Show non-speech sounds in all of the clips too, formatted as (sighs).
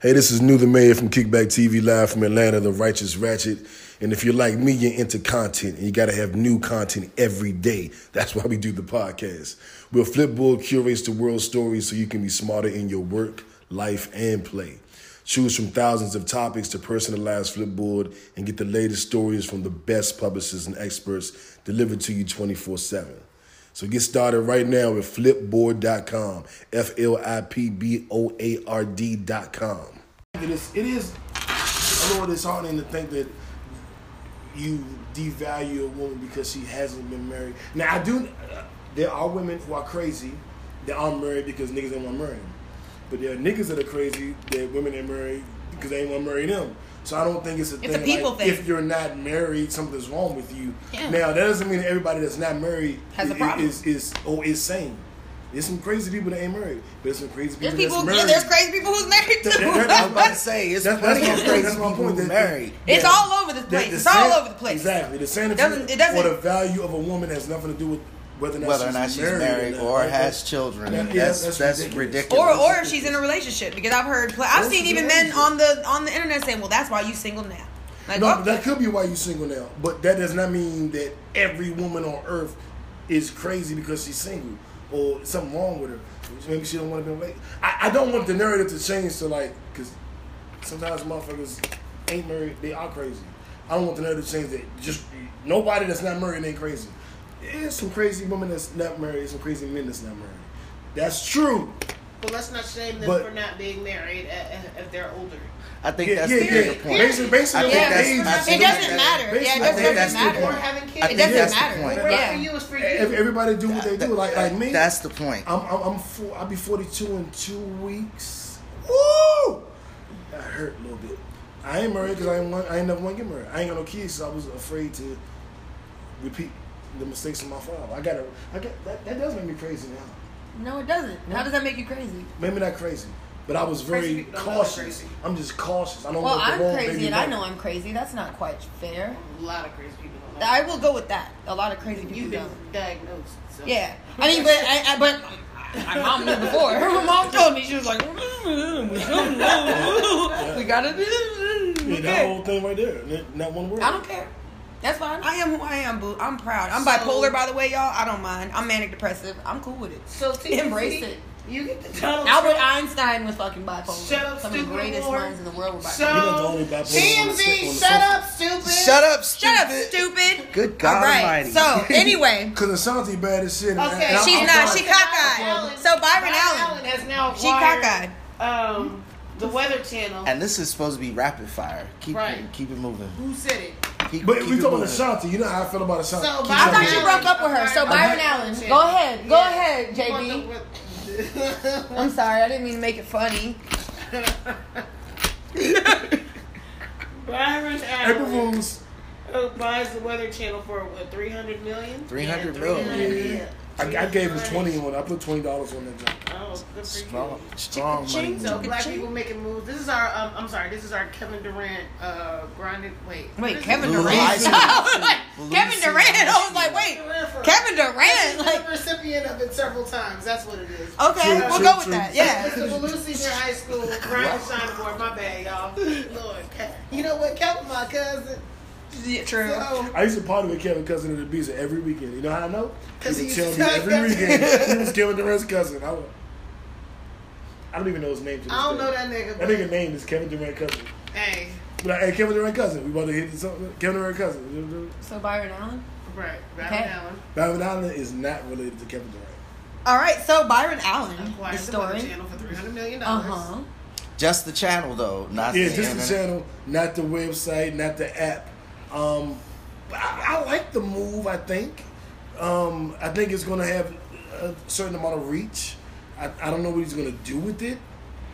Hey, this is New the Mayor from Kickback TV Live from Atlanta, The Righteous Ratchet. And if you're like me, you're into content and you got to have new content every day. That's why we do the podcast. Where Flipboard curates the world's stories so you can be smarter in your work, life, and play. Choose from thousands of topics to personalize Flipboard and get the latest stories from the best publishers and experts delivered to you 24 7. So get started right now at flipboard.com, F L I P B O A R D.com. It is, it is, I know it is hard to think that you devalue a woman because she hasn't been married. Now, I do, uh, there are women who are crazy that aren't married because niggas ain't want to marry them. But there are niggas that are crazy that women ain't married because they ain't want to marry them. So I don't think it's a a thing. people like, thing. If you're not married, something's wrong with you. Yeah. Now, that doesn't mean everybody that's not married Has a i- i- problem. Is is oh is sane. There's some crazy people that ain't married. There's some crazy There's people, people, that's yeah, married. there's crazy people who's married too. That- that- I was about to it's say it's That's- plenty that's of my- crazy that's my people point. who That- married. Yeah. all over the place. the It's all san- over the place. Exactly. The sanity Doesn't- it doesn't- or the value of a woman has nothing to do with whether or not, Whether she's, or not she's married, married not. or Like, has that- children, Yeah, yeah, that's that's that's, ridiculous. ridiculous. (laughs) Or or she's in a relationship because I've heard pl- I've That's seen even men crazy. on the on the internet saying, "Well, that's why you single now." Like, No, oh, but that could be why you're single now. But that does not mean that every woman on earth is crazy because she's single or something wrong with her. Maybe she don't want to be late. I, I don't want the narrative to change to like because sometimes motherfuckers ain't married, they are crazy. I don't want the narrative to change that just nobody that's not married ain't crazy. There's some crazy women that's not married, some crazy men that's not married. That's true. But let's not shame them But- for not being married uh, uh, if they're older. I think Yeah, that's yeah, the bigger yeah. point. Basically, I basically, think yeah, that's- age- I it think doesn't that- matter. Yeah, basically, it I doesn't think that's the matter. Or point. having kids. I It think doesn't that's the matter. point. What Yeah. about for you is for you. Ev- Everybody do what they do. Like like me. That's the point. I'm I'm, I'm four, I'll be 42 in two weeks. Woo! That hurt a little bit. I ain't married because I ain't want, I ain't never want to get married. I ain't got no kids, so I was afraid to repeat the mistakes of my father. I gotta I got that, that does make me crazy now. no, it doesn't. How does that make you crazy? Maybe not crazy, but I was Crazy very people don't know they're cautious. crazy. I'm just cautious. I don't Well, want the I'm wrong crazy, baby and I mama. know I'm crazy. That's not quite fair. A lot of crazy people. don't like I will go with that. A lot of crazy it. people You've been don't. diagnosed. So. Yeah, I mean, but I, I but (laughs) my mom knew before. Her mom told me she was like, (laughs) "We gotta do." Yeah, this." that (laughs) Okay. whole thing right there. Not- Not one word. I don't care. That's fine. I am who I am, boo. I'm proud. I'm So- bipolar, by the way, y'all. I don't mind. I'm manic depressive. I'm cool with it. So TBC, Embrace it. You get the Donald Albert Trump. Einstein was fucking bipolar. Shut up, Some of the stupid greatest whore. minds in the world were bipolar. So You're not the only bipolar on the stick- on TMZ, the shut sofa. up, stupid. Shut up, stupid. Shut up, stupid. Good God All right. Almighty. (laughs) So anyway, Cause it sounds like bad as shit. and I- Okay, and I- She's I'm not. sorry. She cockeyed. So Byron Allen. has now she acquired, cockeyed. Um, the Weather Channel. And this is supposed to be rapid fire. Keep Right. it, keep it moving. Who said it? Keep, But keep we talking it about moving. Ashanti. You know how I feel about Ashanti. So, Keep talking Byron I thought you about- broke up with her. So Byron Allen, go ahead. Go Yeah. ahead, JB. JB. I'm sorry. I didn't mean to make it funny. Byron April Allen. Fools. who buys the Weather Channel for what, 300 million? 300 Yeah, million. 300 Yeah. I, I gave him twenty on. it. I put twenty dollars on that job. Oh, good for Strong, you. strong money. Ching, So move. black people making moves. This is our. Um, I'm sorry. This is our Kevin Durant. Uh, grinded. Wait. what Wait, is Kevin it? Blue Durant. eyes. I was like, (laughs) Blue Kevin eyes. Durant. I was like, wait, Durant for- Kevin He's Durant. been Like, Oh, the recipient of it several times. That's what it is. okay, True, we'll true, go with true. that. Yeah. (laughs) Mr. Belusi Senior High School, Grinded Shine Board. My bad, y'all. Lord, Ke- you know what? Kevin, my cousin. yeah true. So, I used to party with Kevin Cousin at Ibiza every weekend. You know how I know? 'Cause he would he tell used me to- every weekend he was Kevin Durant's cousin. I, would, I don't even know his name. To this I don't day. know that That nigga. But, nigga name is Kevin Durant cousin. Hey, But like, hey, Kevin Durant cousin. We about to hit something. Kevin Durant cousin. So Byron Allen. right, right Okay. now. Diamond Island is not related to Kevin Durant. All right, so Byron Allen, the Acquired the Weather story. Channel for 300 million Uh dollars. huh. Just the channel though, not Yeah, the just internet. the channel, not the website, not the app. Um, I, I like the move. I think. Um, I think it's going to have a certain amount of reach. I, I don't know what he's going to do with it.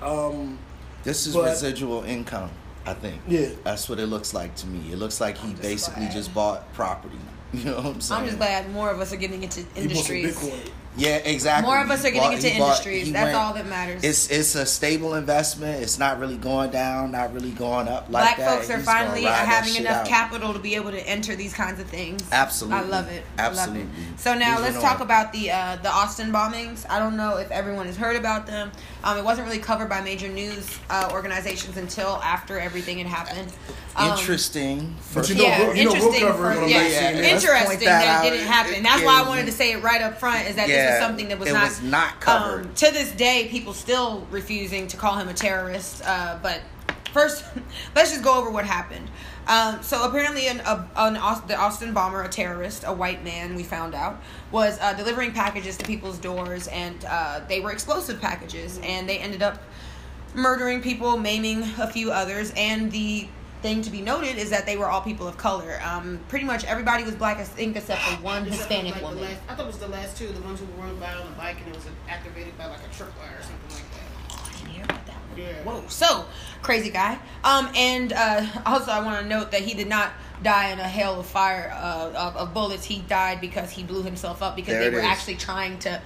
Um, This is But- residual income, I think. Yeah. That's what it looks like to me. It looks like he just basically glad. just bought property. (laughs) You know what I'm saying? I'm just glad more of us are getting into he wants some industries. Bitcoin. Yeah, exactly. More of us He are getting into he industries. he That's all that matters. It's it's a stable investment. It's not really going down, not really going up like Black that. folks are He's gonna finally ride that having shit enough out. capital to be able to enter these kinds of things. Absolutely. I love it. I love it. Absolutely. So now Moving let's talk on. about the uh, the Austin bombings. I don't know if everyone has heard about them. Um, it wasn't really covered by major news uh, organizations until after everything had happened. Um, Interesting. But First, you know, yeah, we'll, you know we'll interesting cover for- it on yeah, the next segment. yeah, let's point interesting that that, out. it didn't happen. It- That's why I it- wanted to say it right up front is that this Yeah, was something that was it not um, was not covered. to this day, people still refusing to call him a terrorist. Uh, but first, (laughs) let's just go over what happened. Um, so apparently, an, a, an Aus- the Austin bomber, a terrorist, a white man, we found out, was uh, delivering packages to people's doors, and uh, they were explosive packages, and they ended up murdering people, maiming a few others, and the thing to be noted is that they were all people of color. Um, pretty much everybody was black, I think, except for one Except for, Hispanic like, the woman. last- I thought it was the last two, the ones who run by on a bike and it was activated by like a tripwire or something like that. hear about that one. Yeah. Whoa, so crazy guy. Um, and uh, also I want to note that he did not die in a hail of fire uh, of, of bullets. He died because he blew himself up because There they it were is. actually trying to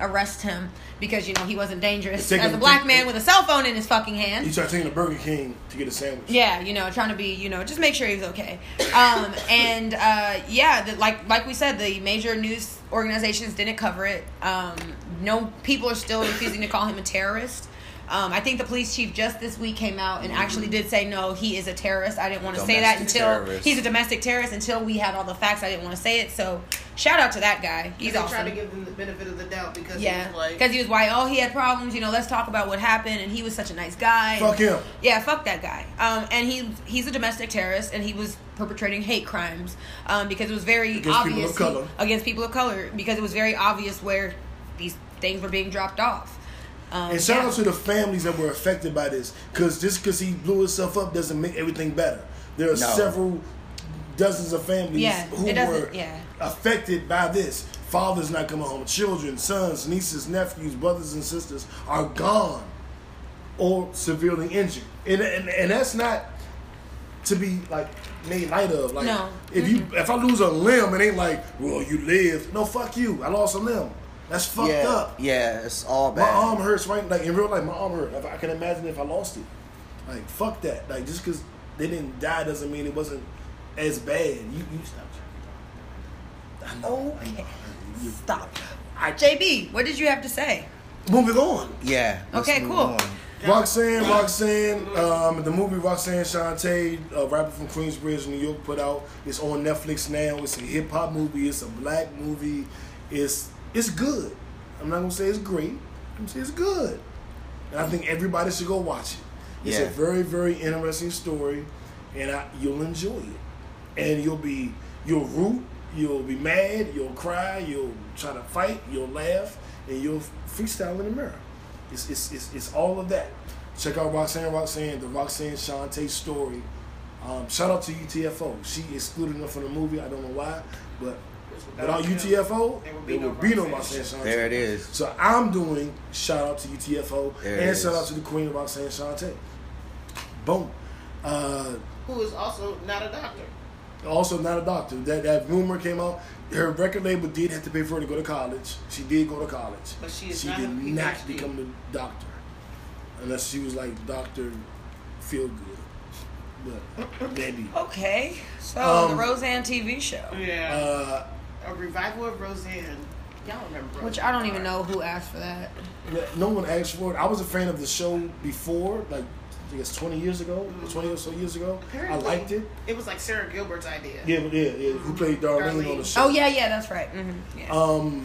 arrest him because you know he wasn't dangerous Take as him a to- black man with a cell phone in his fucking hand. You start taking a Burger King to get a sandwich. Yeah, you know, trying to be, you know, just make sure he's okay. Um, and uh, yeah, the, like like we said, the major news organizations didn't cover it. Um, no, people are still refusing to call him a terrorist. Um, I think the police chief just this week came out and actually did say no, he is a terrorist. I didn't want to say that Domestic until terrorist. he's a domestic terrorist until we had all the facts. I didn't want to say it, so shout out to that guy. He's they awesome. tried to give them the benefit of the doubt because yeah, it was like because he was white. Oh, he had problems. You know, let's talk about what happened. And he was such a nice guy. Fuck him. Yeah, fuck that guy. Um, and he he's a domestic terrorist, and he was perpetrating hate crimes um, because it was very Against people obvious of color. against people of color because it was very obvious where these things were being dropped off. Um, And shout yeah. out to the families that were affected by this, because just because he blew himself up doesn't make everything better. There are No. several dozens of families Yeah, who it doesn't- were yeah. affected by this. Fathers not coming home, children, sons, nieces, nephews, brothers and sisters are gone or severely injured, and and, and that's not to be like made light of. Like No. if you if I lose a limb, it ain't like well you live. No, fuck you. I lost a limb. That's fucked yeah, up. yeah, it's all My bad. arm hurts right like in real life. My arm hurt. If I can imagine if I lost it, like fuck that. Like just because they didn't die doesn't mean it wasn't as bad. You you stop. I know. I know. Okay. You- Oh, stop. All right, JB, what did you have to say? Moving on. Yeah. let's Okay, move cool. on. Roxanne, Roxanne, um, the movie Roxanne Shante, a rapper from Queensbridge, New York, put out. It's on Netflix now. It's a hip hop movie. It's a black movie. It's it's good. I'm not gonna say it's great. I'm gonna say it's good, and I think everybody should go watch it. It's Yeah. a very very interesting story, and I, you'll enjoy it, and you'll be you'll root, you'll be mad, you'll cry, you'll try to fight, you'll laugh, and you'll freestyle in the mirror. It's, it's, it's, it's all of that. Check out Roxanne Roxanne, the Roxanne Shante story. Um, shout out to UTFO. She excluded her from the movie. I don't know why, but without UTFO, there would be, no Roxanne Shante. There it is. So I'm doing shout out to UTFO There and it shout out is. to the Queen of Roxanne Shante. Boom. Uh, who is also not a doctor. also not a doctor. That that rumor came out. Her record label did have to pay for her to go to college. She did go to college. But she is she not did a not PhD. become the doctor, unless she was like Doctor Feel Good. But maybe. Oh. Okay, so the Um, Roseanne TV show, Yeah. Uh, a revival of Roseanne. Y'all remember which Roseanne, I don't even right? know who asked for that. yeah, no one asked for it. I was a fan of the show before, like I guess twenty years ago, or twenty or so years ago. Mm. Apparently, I liked it. It was like Sarah Gilbert's idea. Yeah, but yeah, yeah. Who played Darlene on the Darlene. show? Oh yeah, yeah, that's right. hmm yeah. Um,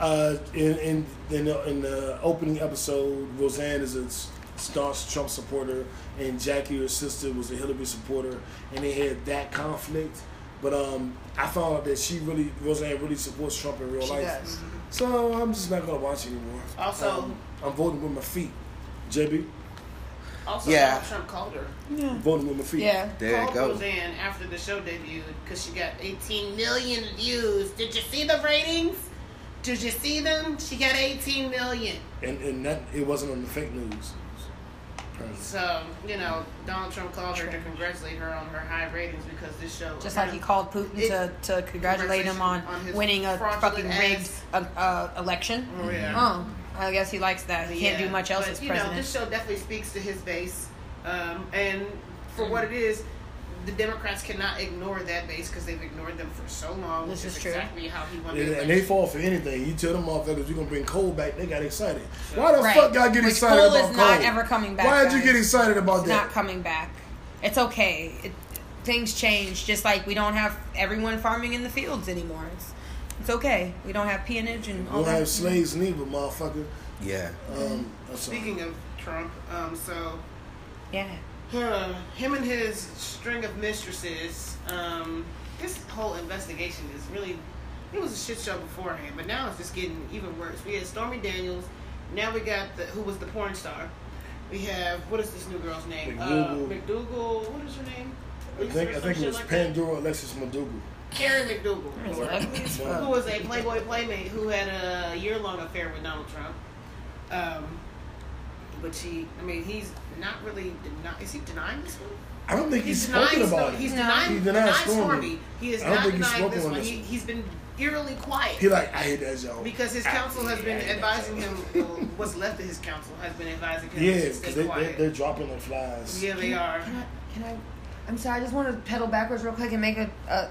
uh, in in in the, in the opening episode, Roseanne is a s- staunch Trump supporter, and Jackie, her sister, was a Hillary supporter, and they had that conflict. But um, I found out that she really Roseanne really supports Trump in real She life. does. So I'm just not gonna watch it anymore. Also- Um, I'm voting with my feet. JB, Also, Yeah. Donald Trump called her. I'm voting with my feet. yeah. There called it goes. Roseanne after the show debuted because she got 18 million views. Did you see the ratings? Did you see them? She got 18 million. and and that it wasn't on the fake news. So, you know, Donald Trump called her to congratulate her on her high ratings because this show. Just like he called Putin to, to congratulate him on, Congratulations on his winning a fraudulent fucking rigged ass. uh, uh, election. Oh, yeah. Oh, I guess he likes that. He can't Yeah, do much else but, as you know, president. this show definitely speaks to his base, um, and for what it is, the Democrats cannot ignore that base because they've ignored them for so long. This which is true. Exactly how he won And, the and they election. fall for anything. You tell them motherfuckers you're gonna bring Cole back, they got excited. Why the Right. fuck y'all get Which excited Cole about is Cole? not ever coming back, Why'd you guys. get excited about It's that? not coming back. It's okay. It, things change. Just like we don't have everyone farming in the fields anymore. It's, it's okay. We don't have peonage and We all don't that. have slaves neither, motherfucker. Yeah. Um, I'm sorry. Speaking of Trump, um, so yeah. huh, him and his string of mistresses, um, this whole investigation is really. It was a shit show beforehand, but now it's just getting even worse. We had Stormy Daniels. Now we got the who was the porn star. We have what is this new girl's name? Uh, McDougal. McDougal. What is her name? I think, I think it was Pandora Alexis Madugu. Karen McDougal, It's ugly as fuck. who was a Playboy playmate who had a year-long affair with Donald Trump. Um, but she, I mean, he's not really denying. Is he denying this one? I don't think he's, denying spoken Stormy- about it. He's No. denying, He he denied Stormy. Stormy. He is I don't not think he's denying spoken this on one. this He, one. he's been eerily quiet He like, I hate that y'all. because his counsel has been advising him. well, what's left of his counsel has been advising him yeah, to because stay they, they, quiet. they're dropping the flies. yeah, they are. Can I, can I? I'm sorry. I just want to pedal backwards real quick and make a. a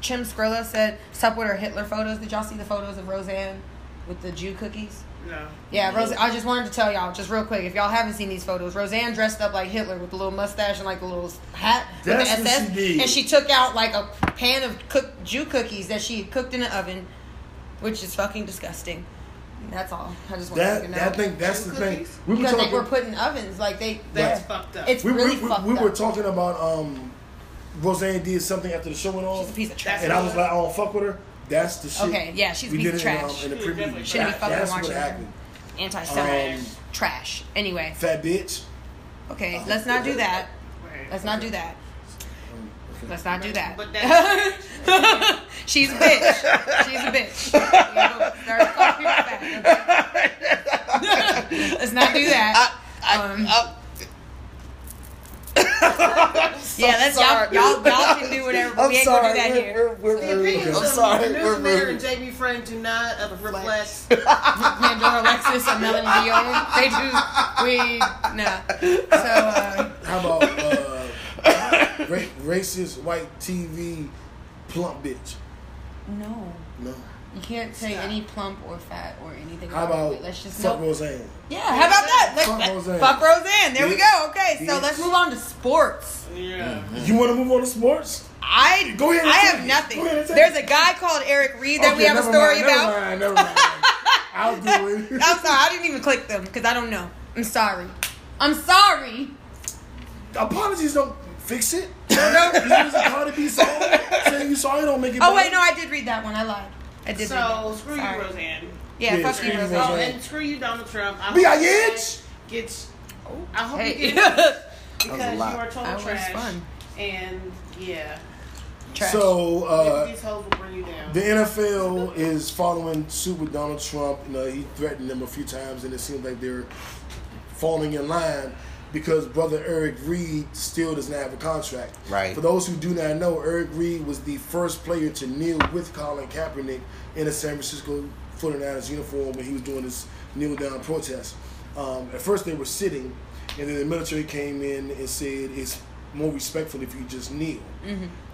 Chim Skrilla said, "Sup with her Hitler photos." Did y'all see the photos of Roseanne with the Jew cookies? No. Yeah, Rose. I just wanted to tell y'all, just real quick, if y'all haven't seen these photos, Roseanne dressed up like Hitler with the little mustache and like the little hat with That's the what SS, she did. and she took out like a pan of cooked Jew cookies that she had cooked in the oven, which is fucking disgusting. That's all. I just wanted That, to know. that, I think that's the thing. Cookies? We were because talking. they were put in ovens, like they. That's Right. fucked up. It's we, we- really we- fucked we up. were talking about um, Roseanne did something after the show went on. She's a piece of trash. And I was like, I don't fuck with her. That's the shit. Okay, yeah, she's we a did piece it in, of um, trash. in the She preview. definitely Shouldn't be That- fucking that's watching what her. happened. Anti-Semitic Um, trash. Anyway, Fat bitch. okay, let's not do that. Right. Let's not do that. Um, okay. Let's not do that. But that's- (laughs) She's a bitch. She's a bitch. You know, start calling people back, okay? (laughs) Let's not do that. Um, yeah, that's y'all, y'all. Y'all can do whatever, but I'm we ain't sorry. gonna do that we're, here. We're, we're, The rude. opinions I'm of sorry. the We're news mayor and rude. J.B. Frank do not uh, (laughs) reflect. Pandora Alexis and Melanie Dion. They do. We no. So uh, How about uh, ra- racist white TV plump bitch? no, No. you can't say any plump or fat or anything. How about about it. Let's just fuck no. Roseanne? Yeah, how about that? Let's, Fuck let- Roseanne. Fuck Roseanne. There we Bitch. go. Okay, so Bitch. let's move on to sports. Yeah. You want to move on to sports? I Go ahead and I take have it. nothing. Go ahead and take There's it. a guy called Eric Reed that we Okay, have a never story mind, about. Never mind, never (laughs) mind. I'll do it. I'm sorry, I didn't even click them because I don't know. I'm sorry. I'm sorry. Apologies don't fix (laughs) it. This is a Cardi B song. Saying you sorry don't make it Oh better. wait, no, I did read that one. I lied. I did. read that. So screw you, Sorry. Roseanne. Yeah, Yeah, fuck screw you, you, Roseanne. Oh, Roseanne. and screw you, Donald Trump. I hope B.I.H.? you Gets. I hope Hey. you (laughs) get was a because you lot. are total That was trash. fun. And yeah, Trash. So uh, these hoes will bring you down. The NFL is following suit with Donald Trump. You know, he threatened them a few times, and it seems like they're falling in line because brother Eric Reed still does not have a contract. Right. For those who do not know, Eric Reed was the first player to kneel with Colin Kaepernick in a San Francisco 49ers uniform when he was doing his kneel down protest. Um, at first, they were sitting, and then the military came in and said it's more respectful if you just kneel.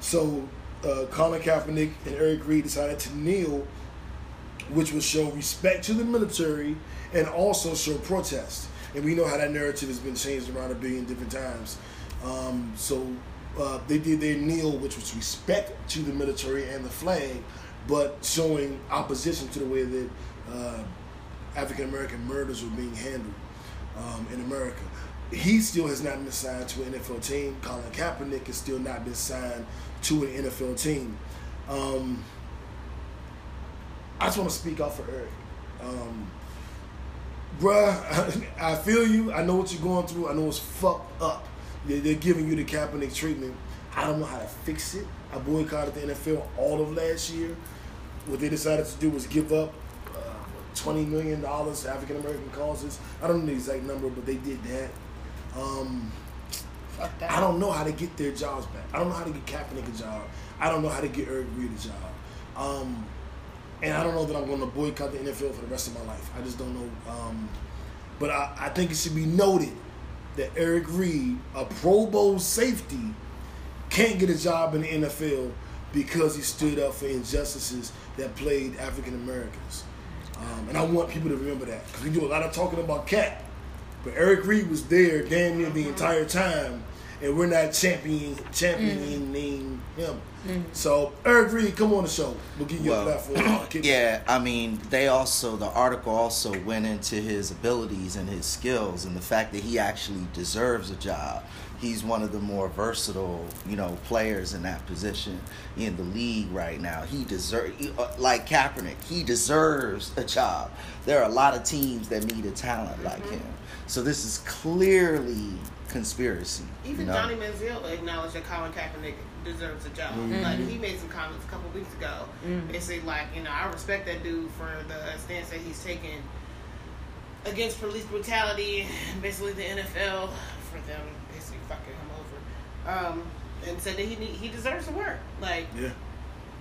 So uh, Colin Kaepernick and Eric Reed decided to kneel, which would show respect to the military and also show protest. And we know how that narrative has been changed around a billion different times. Um, so uh, they did their kneel, which was respect to the military and the flag, but showing opposition to the way that uh, African American murders were being handled um, in America. He still has not been signed to an NFL team. Colin Kaepernick has still not been signed to an NFL team. Um, I just want to speak out for Eric. Um, bruh, (laughs) I feel you. I know what you're going through. I know it's fucked up. They- They're giving you the Kaepernick treatment. I don't know how to fix it. I boycotted the NFL all of last year. What they decided to do was give up uh, $20 million to African American causes. I don't know the exact number, but they did that. Um, Fuck that. I don't know how to get their jobs back. I don't know how to get Kaepernick a job. I don't know how to get Eric Reed a job. Um, and I don't know that I'm going to boycott the NFL for the rest of my life. I just don't know. Um, but I, I think it should be noted that Eric Reed, a Pro Bowl safety, can't get a job in the NFL because he stood up for injustices that played African Americans. Um, and I want people to remember that because we do a lot of talking about Cat, but Eric Reed was there damn near Uh-huh. the entire time, and we're not champion championing Mm-hmm. him. So Eric Reed, come on the show. We'll give you a Well, (clears throat) platform. Kick- yeah, I mean, they also the article also went into his abilities and his skills and the fact that he actually deserves a job. He's one of the more versatile, you know, players in that position in the league right now. He deserves, like Kaepernick, he deserves a job. There are a lot of teams that need a talent like Mm-hmm. him. So this is clearly conspiracy. Even you know? Johnny Manziel acknowledged that Colin Kaepernick deserves a job. Mm-hmm. Like he made some comments a couple weeks ago. They say like, you know, I respect that dude for the stance that he's taken against police brutality, basically the NFL for them basically fucking him over, um, and said that he need, he deserves to work. Like yeah.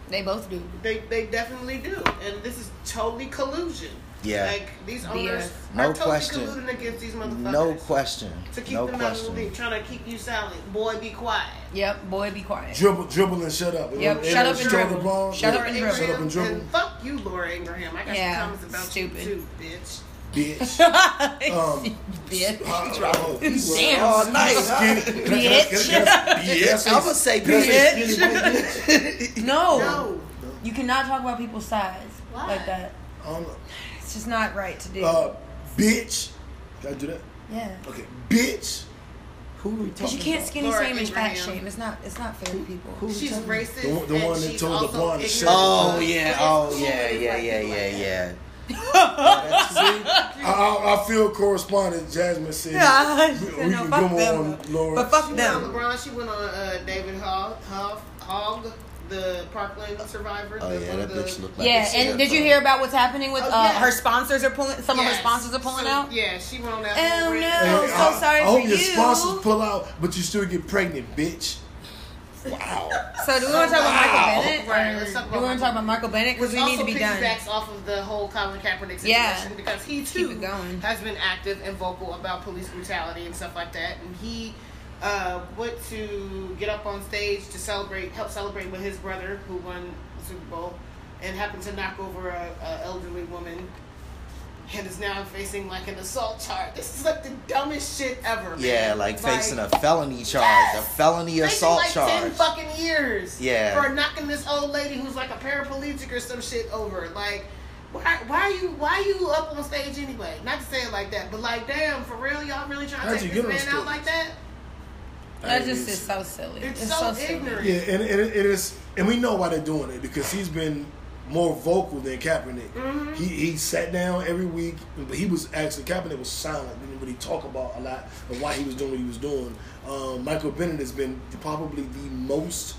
They both do. they they definitely do, and this is totally collusion. Yeah. like these owners BS. are No totally question. colluding against these motherfuckers. No question. To keep no them out of the league, question. trying to keep you silent. Boy, be quiet. Yep. Boy, be quiet. (laughs) Dribble, dribble, and shut up. Yep, shut up and throw the dribble. ball. Shut Yeah, up and Laura dribble. Shut up and Ingraham, dribble, fuck you, Laura Ingraham. I got Yeah, some comments about stupid. you too, bitch. (laughs) bitch. Um, Bitch. Oh, he was Damn. all nice, skinny. Bitch. Can I- can I- can I- can I- can I- can I say- I'm gonna say can I say bitch. skinny bitch? (laughs) (laughs) No. No. You cannot talk about people's size Why? like that. Um, It's just not right to do. uh, bitch. Can I do that? yeah. Okay, bitch. Who are we Because talking you can't about? skinny Laura shame and fat Ingraham. shame. It's not. It's not fair to people. She's racist. The one- the and one that she's told also LeBron to ignorant shut of Oh us. But yeah, it's oh yeah, cool with yeah, black yeah, people yeah, like that. yeah. I, I, I feel correspondent Jasmine said Yeah, she we, said, we no, can fuck go them. on Laura. But fuck She went on them. LeBron. She went on uh, David Hogg, Hogg, Hogg, the Parkland survivor. Oh the, yeah, one that of the, bitch looked like. Yeah, a and did scarecrow. you hear about what's happening with Oh, uh, yes. her sponsors are pulling? Some of her Yes. sponsors are pulling So, out. Yeah, she went on that. Oh, whole rant. no. I'm so sorry I hope for your you. sponsors pull out, but you still get pregnant, bitch. So do we want to talk about Michael Wow. Bennett? Right, or let's talk do we about want to talk about Michael Bennett? Because Which we need also to be done. piggybacks off of the whole Colin Kaepernick situation Yeah. because he Keep too it going. has been active and vocal about police brutality and stuff like that. And he uh, went to get up on stage to celebrate, help celebrate with his brother who won the Super Bowl, and happened to knock over a, a elderly woman. And is now facing like an assault charge. This is like the dumbest shit ever. Yeah, man. like facing a felony charge, Yes! a felony Facing, assault like Ten charge. fucking years. Yeah. For knocking this old lady who's like a paraplegic or some shit over. Like, why? Why you? Why you up on stage anyway? Not to say it like that, but like, damn, for real, y'all really trying How'd to take you this get on man stage? out like that? That just is so silly. It's, It's, so, silly. ignorant. Yeah, and, and it is, and we know why they're doing it because he's been more vocal than Kaepernick. He he sat down every week, but he was actually Kaepernick was silent. Didn't really talk about a lot of why he was doing what he was doing. Um, Michael Bennett has been probably the most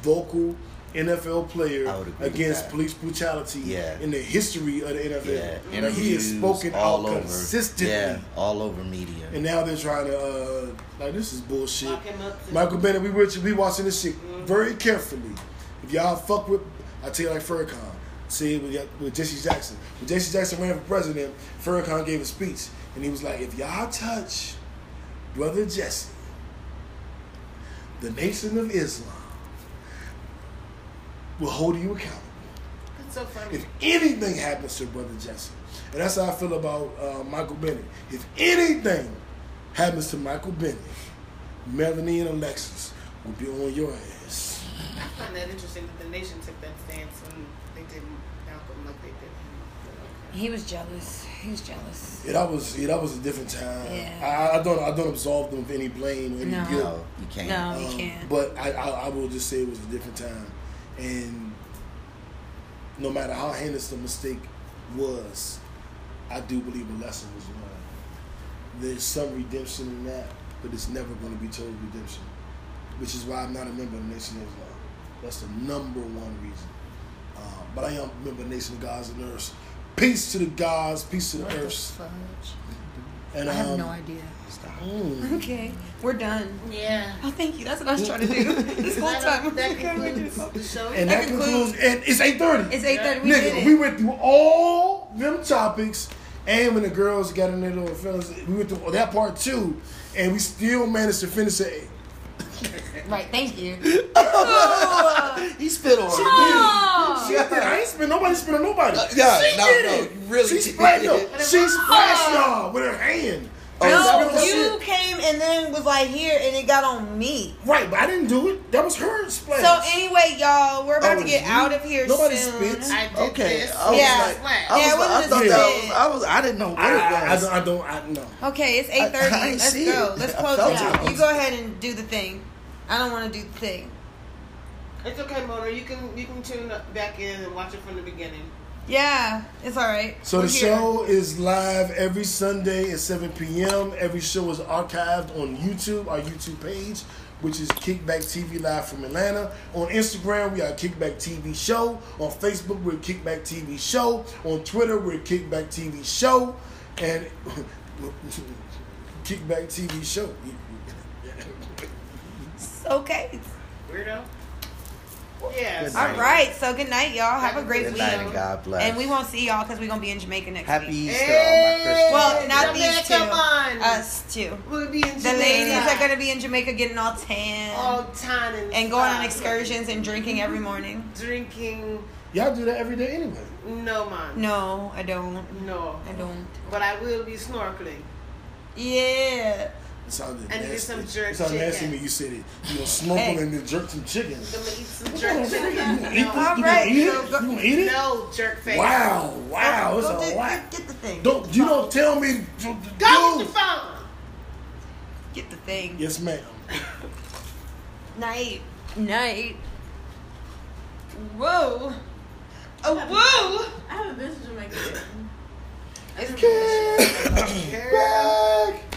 vocal NFL player I would agree with against that. police brutality Yeah. in the history of the NFL. yeah, Like, he has interviews spoken all out over. consistently. Yeah, all over media. And now they're trying to uh, like this is bullshit. Lock him up to- Mm-hmm. Michael Bennett, we with you. We watching this shit very carefully. If y'all fuck with, I tell you like Farrakhan. See with, with Jesse Jackson. When Jesse Jackson ran for president, Farrakhan gave a speech and he was like, "If y'all touch brother Jesse, the Nation of Islam will hold you accountable." It's so funny. if anything happens to brother Jesse. And that's how I feel about uh, Michael Bennett. If anything happens to Michael Bennett, Melanie and Alexis will be on your ass. I find that interesting that the nation took that stance and they didn't Malcolm like they did. him. He was jealous. He was jealous. Yeah, that was yeah, that was a different time. Yeah. I, I don't I don't absolve them of any blame or any No. guilt. no, Oh, you can't. No, you Um, can't. But I, I, I will just say it was a different time, and no matter how heinous the mistake was, I do believe a lesson was learned. There's some redemption in that, but it's never going to be total redemption, which is why I'm not a member of the Nation of Islam. That's the number one reason. Um, but I am a member of the Nation of Gods and Earths. Peace to the gods. Peace to the earths. And I have um, mm. no idea. Stop. (laughs) Okay, we're done. Yeah. Oh, thank you. That's what I was trying to do (laughs) this whole That, time. that concludes the show. And that That concludes- concludes. And it's eight thirty. It's eight thirty. We Nigga, did it. we went through all them topics, and when the girls got in their little feelings, we went through that part too, and we still managed to finish at eight. Right. Thank you. He spit on me. Oh, She did. I ain't spit. Nobody spit on nobody. Uh, yeah, she no, did no, it. you really she did splashed it. y'all. She splashed y'all with her hand. Oh, And is that spit what on that shit. you came and then was like here, and it got on me. Right, but I didn't do it. That was her splash. So anyway, y'all, we're about Oh, to get you- out of here nobody soon. spits. I did Okay. this. I was Yeah. like, Flat. I was Yeah, it like- I wasn't thought just that it. was, I was, I didn't know what I, I, I, it was. don't. I don't. I no. Okay, it's eight thirty. I ain't Let's see go. it. Let's I close felt it out. it. You go ahead and do the thing. I don't want to do the thing. It's okay, Mona. You can you can tune up- back in and watch it from the beginning. Yeah, it's all right. So We're the here. show is live every Sunday at 7 p.m. Every show is archived on YouTube, our YouTube page, which is Kickback TV Live from Atlanta. On Instagram, we are Kickback TV Show. On Facebook, we're Kickback TV Show. On Twitter, we're Kickback TV Show. And (laughs) Kickback TV Show. (laughs) Okay. Weirdo. Yeah. Good so- All right. So good night, y'all. Have a great Good week. night, and God bless. And we won't see y'all because we're gonna be in Jamaica next Happy week. Easter, all my Christian Well, brothers. not Jamaica, these two. come on. Us too. We'll be in The ladies Jamaica are gonna be in Jamaica getting all tan all tan and, and going on stuff. excursions and drinking Mm-hmm. every morning. Drinking. Y'all do that every day anyway. No, man. No, I don't. No. I don't. But I will be snorkeling. Yeah. It sounded And nasty. get some jerk it sounded nasty chicken. when you said it. You know, smoke Hey. them and then jerk some chicken. Gonna eat some You gonna jerk eat it? chicken. You (laughs) No, All gonna right, eat so it? You go- gonna eat it? no jerk face. Wow, wow, it's Go a do- lot. Get, get the thing. Don't you don't tell me. to- to Go do. with the phone. Get the thing. Yes, ma'am. Night. Night. Whoa. Oh, whoa. I haven't been to Jamaica yet. (coughs) Back.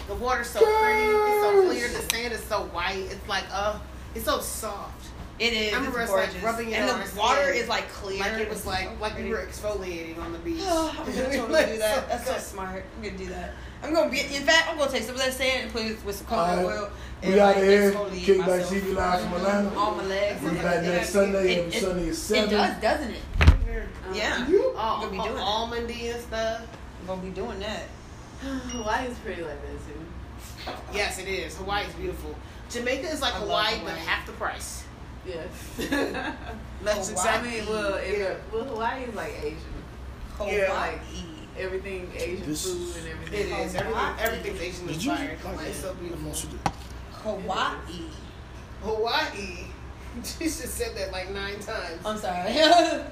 The water's so pretty. It's so clear. The sand is so white. It's like, uh, it's so soft. It is. I remember it's us, like, gorgeous. rubbing it and on our the water skin. is like clear. Like it was It's like, so like we pretty. were (laughs) (sighs) exfoliating on the beach. (laughs) Oh, (sighs) (laughs) I'm gonna totally do that. That's so smart. I'm gonna do that. I'm gonna be. In fact, I'm gonna take some of that sand and put it with some coconut All right. oil. We and, outta like, here. exfoliate Kickback myself. TV live from Atlanta. On my legs. We'll be back next Sunday. Every Sunday at It does, seven. doesn't it? Yeah. Oh, Gonna be oh, doing it. almondy and stuff. (sighs) I'm gonna be doing that. Hawaii is pretty like that too. Yes, it is. Hawaii is beautiful. Jamaica is like I love Hawaii, but Hawaii. half the price. (laughs) Yes. That's I exactly. mean, well, if, yeah. well, Hawaii is like Asian. Hawaii. Yeah. Everything Asian This- food and It everything. is. Hawaii. Everything, everything's Asian Did you? inspired. Hawaii is so beautiful. Hawaii. Hawaii. (laughs) She just said that like nine times. (laughs) I'm sorry. I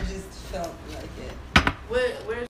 just felt like it. Where, where's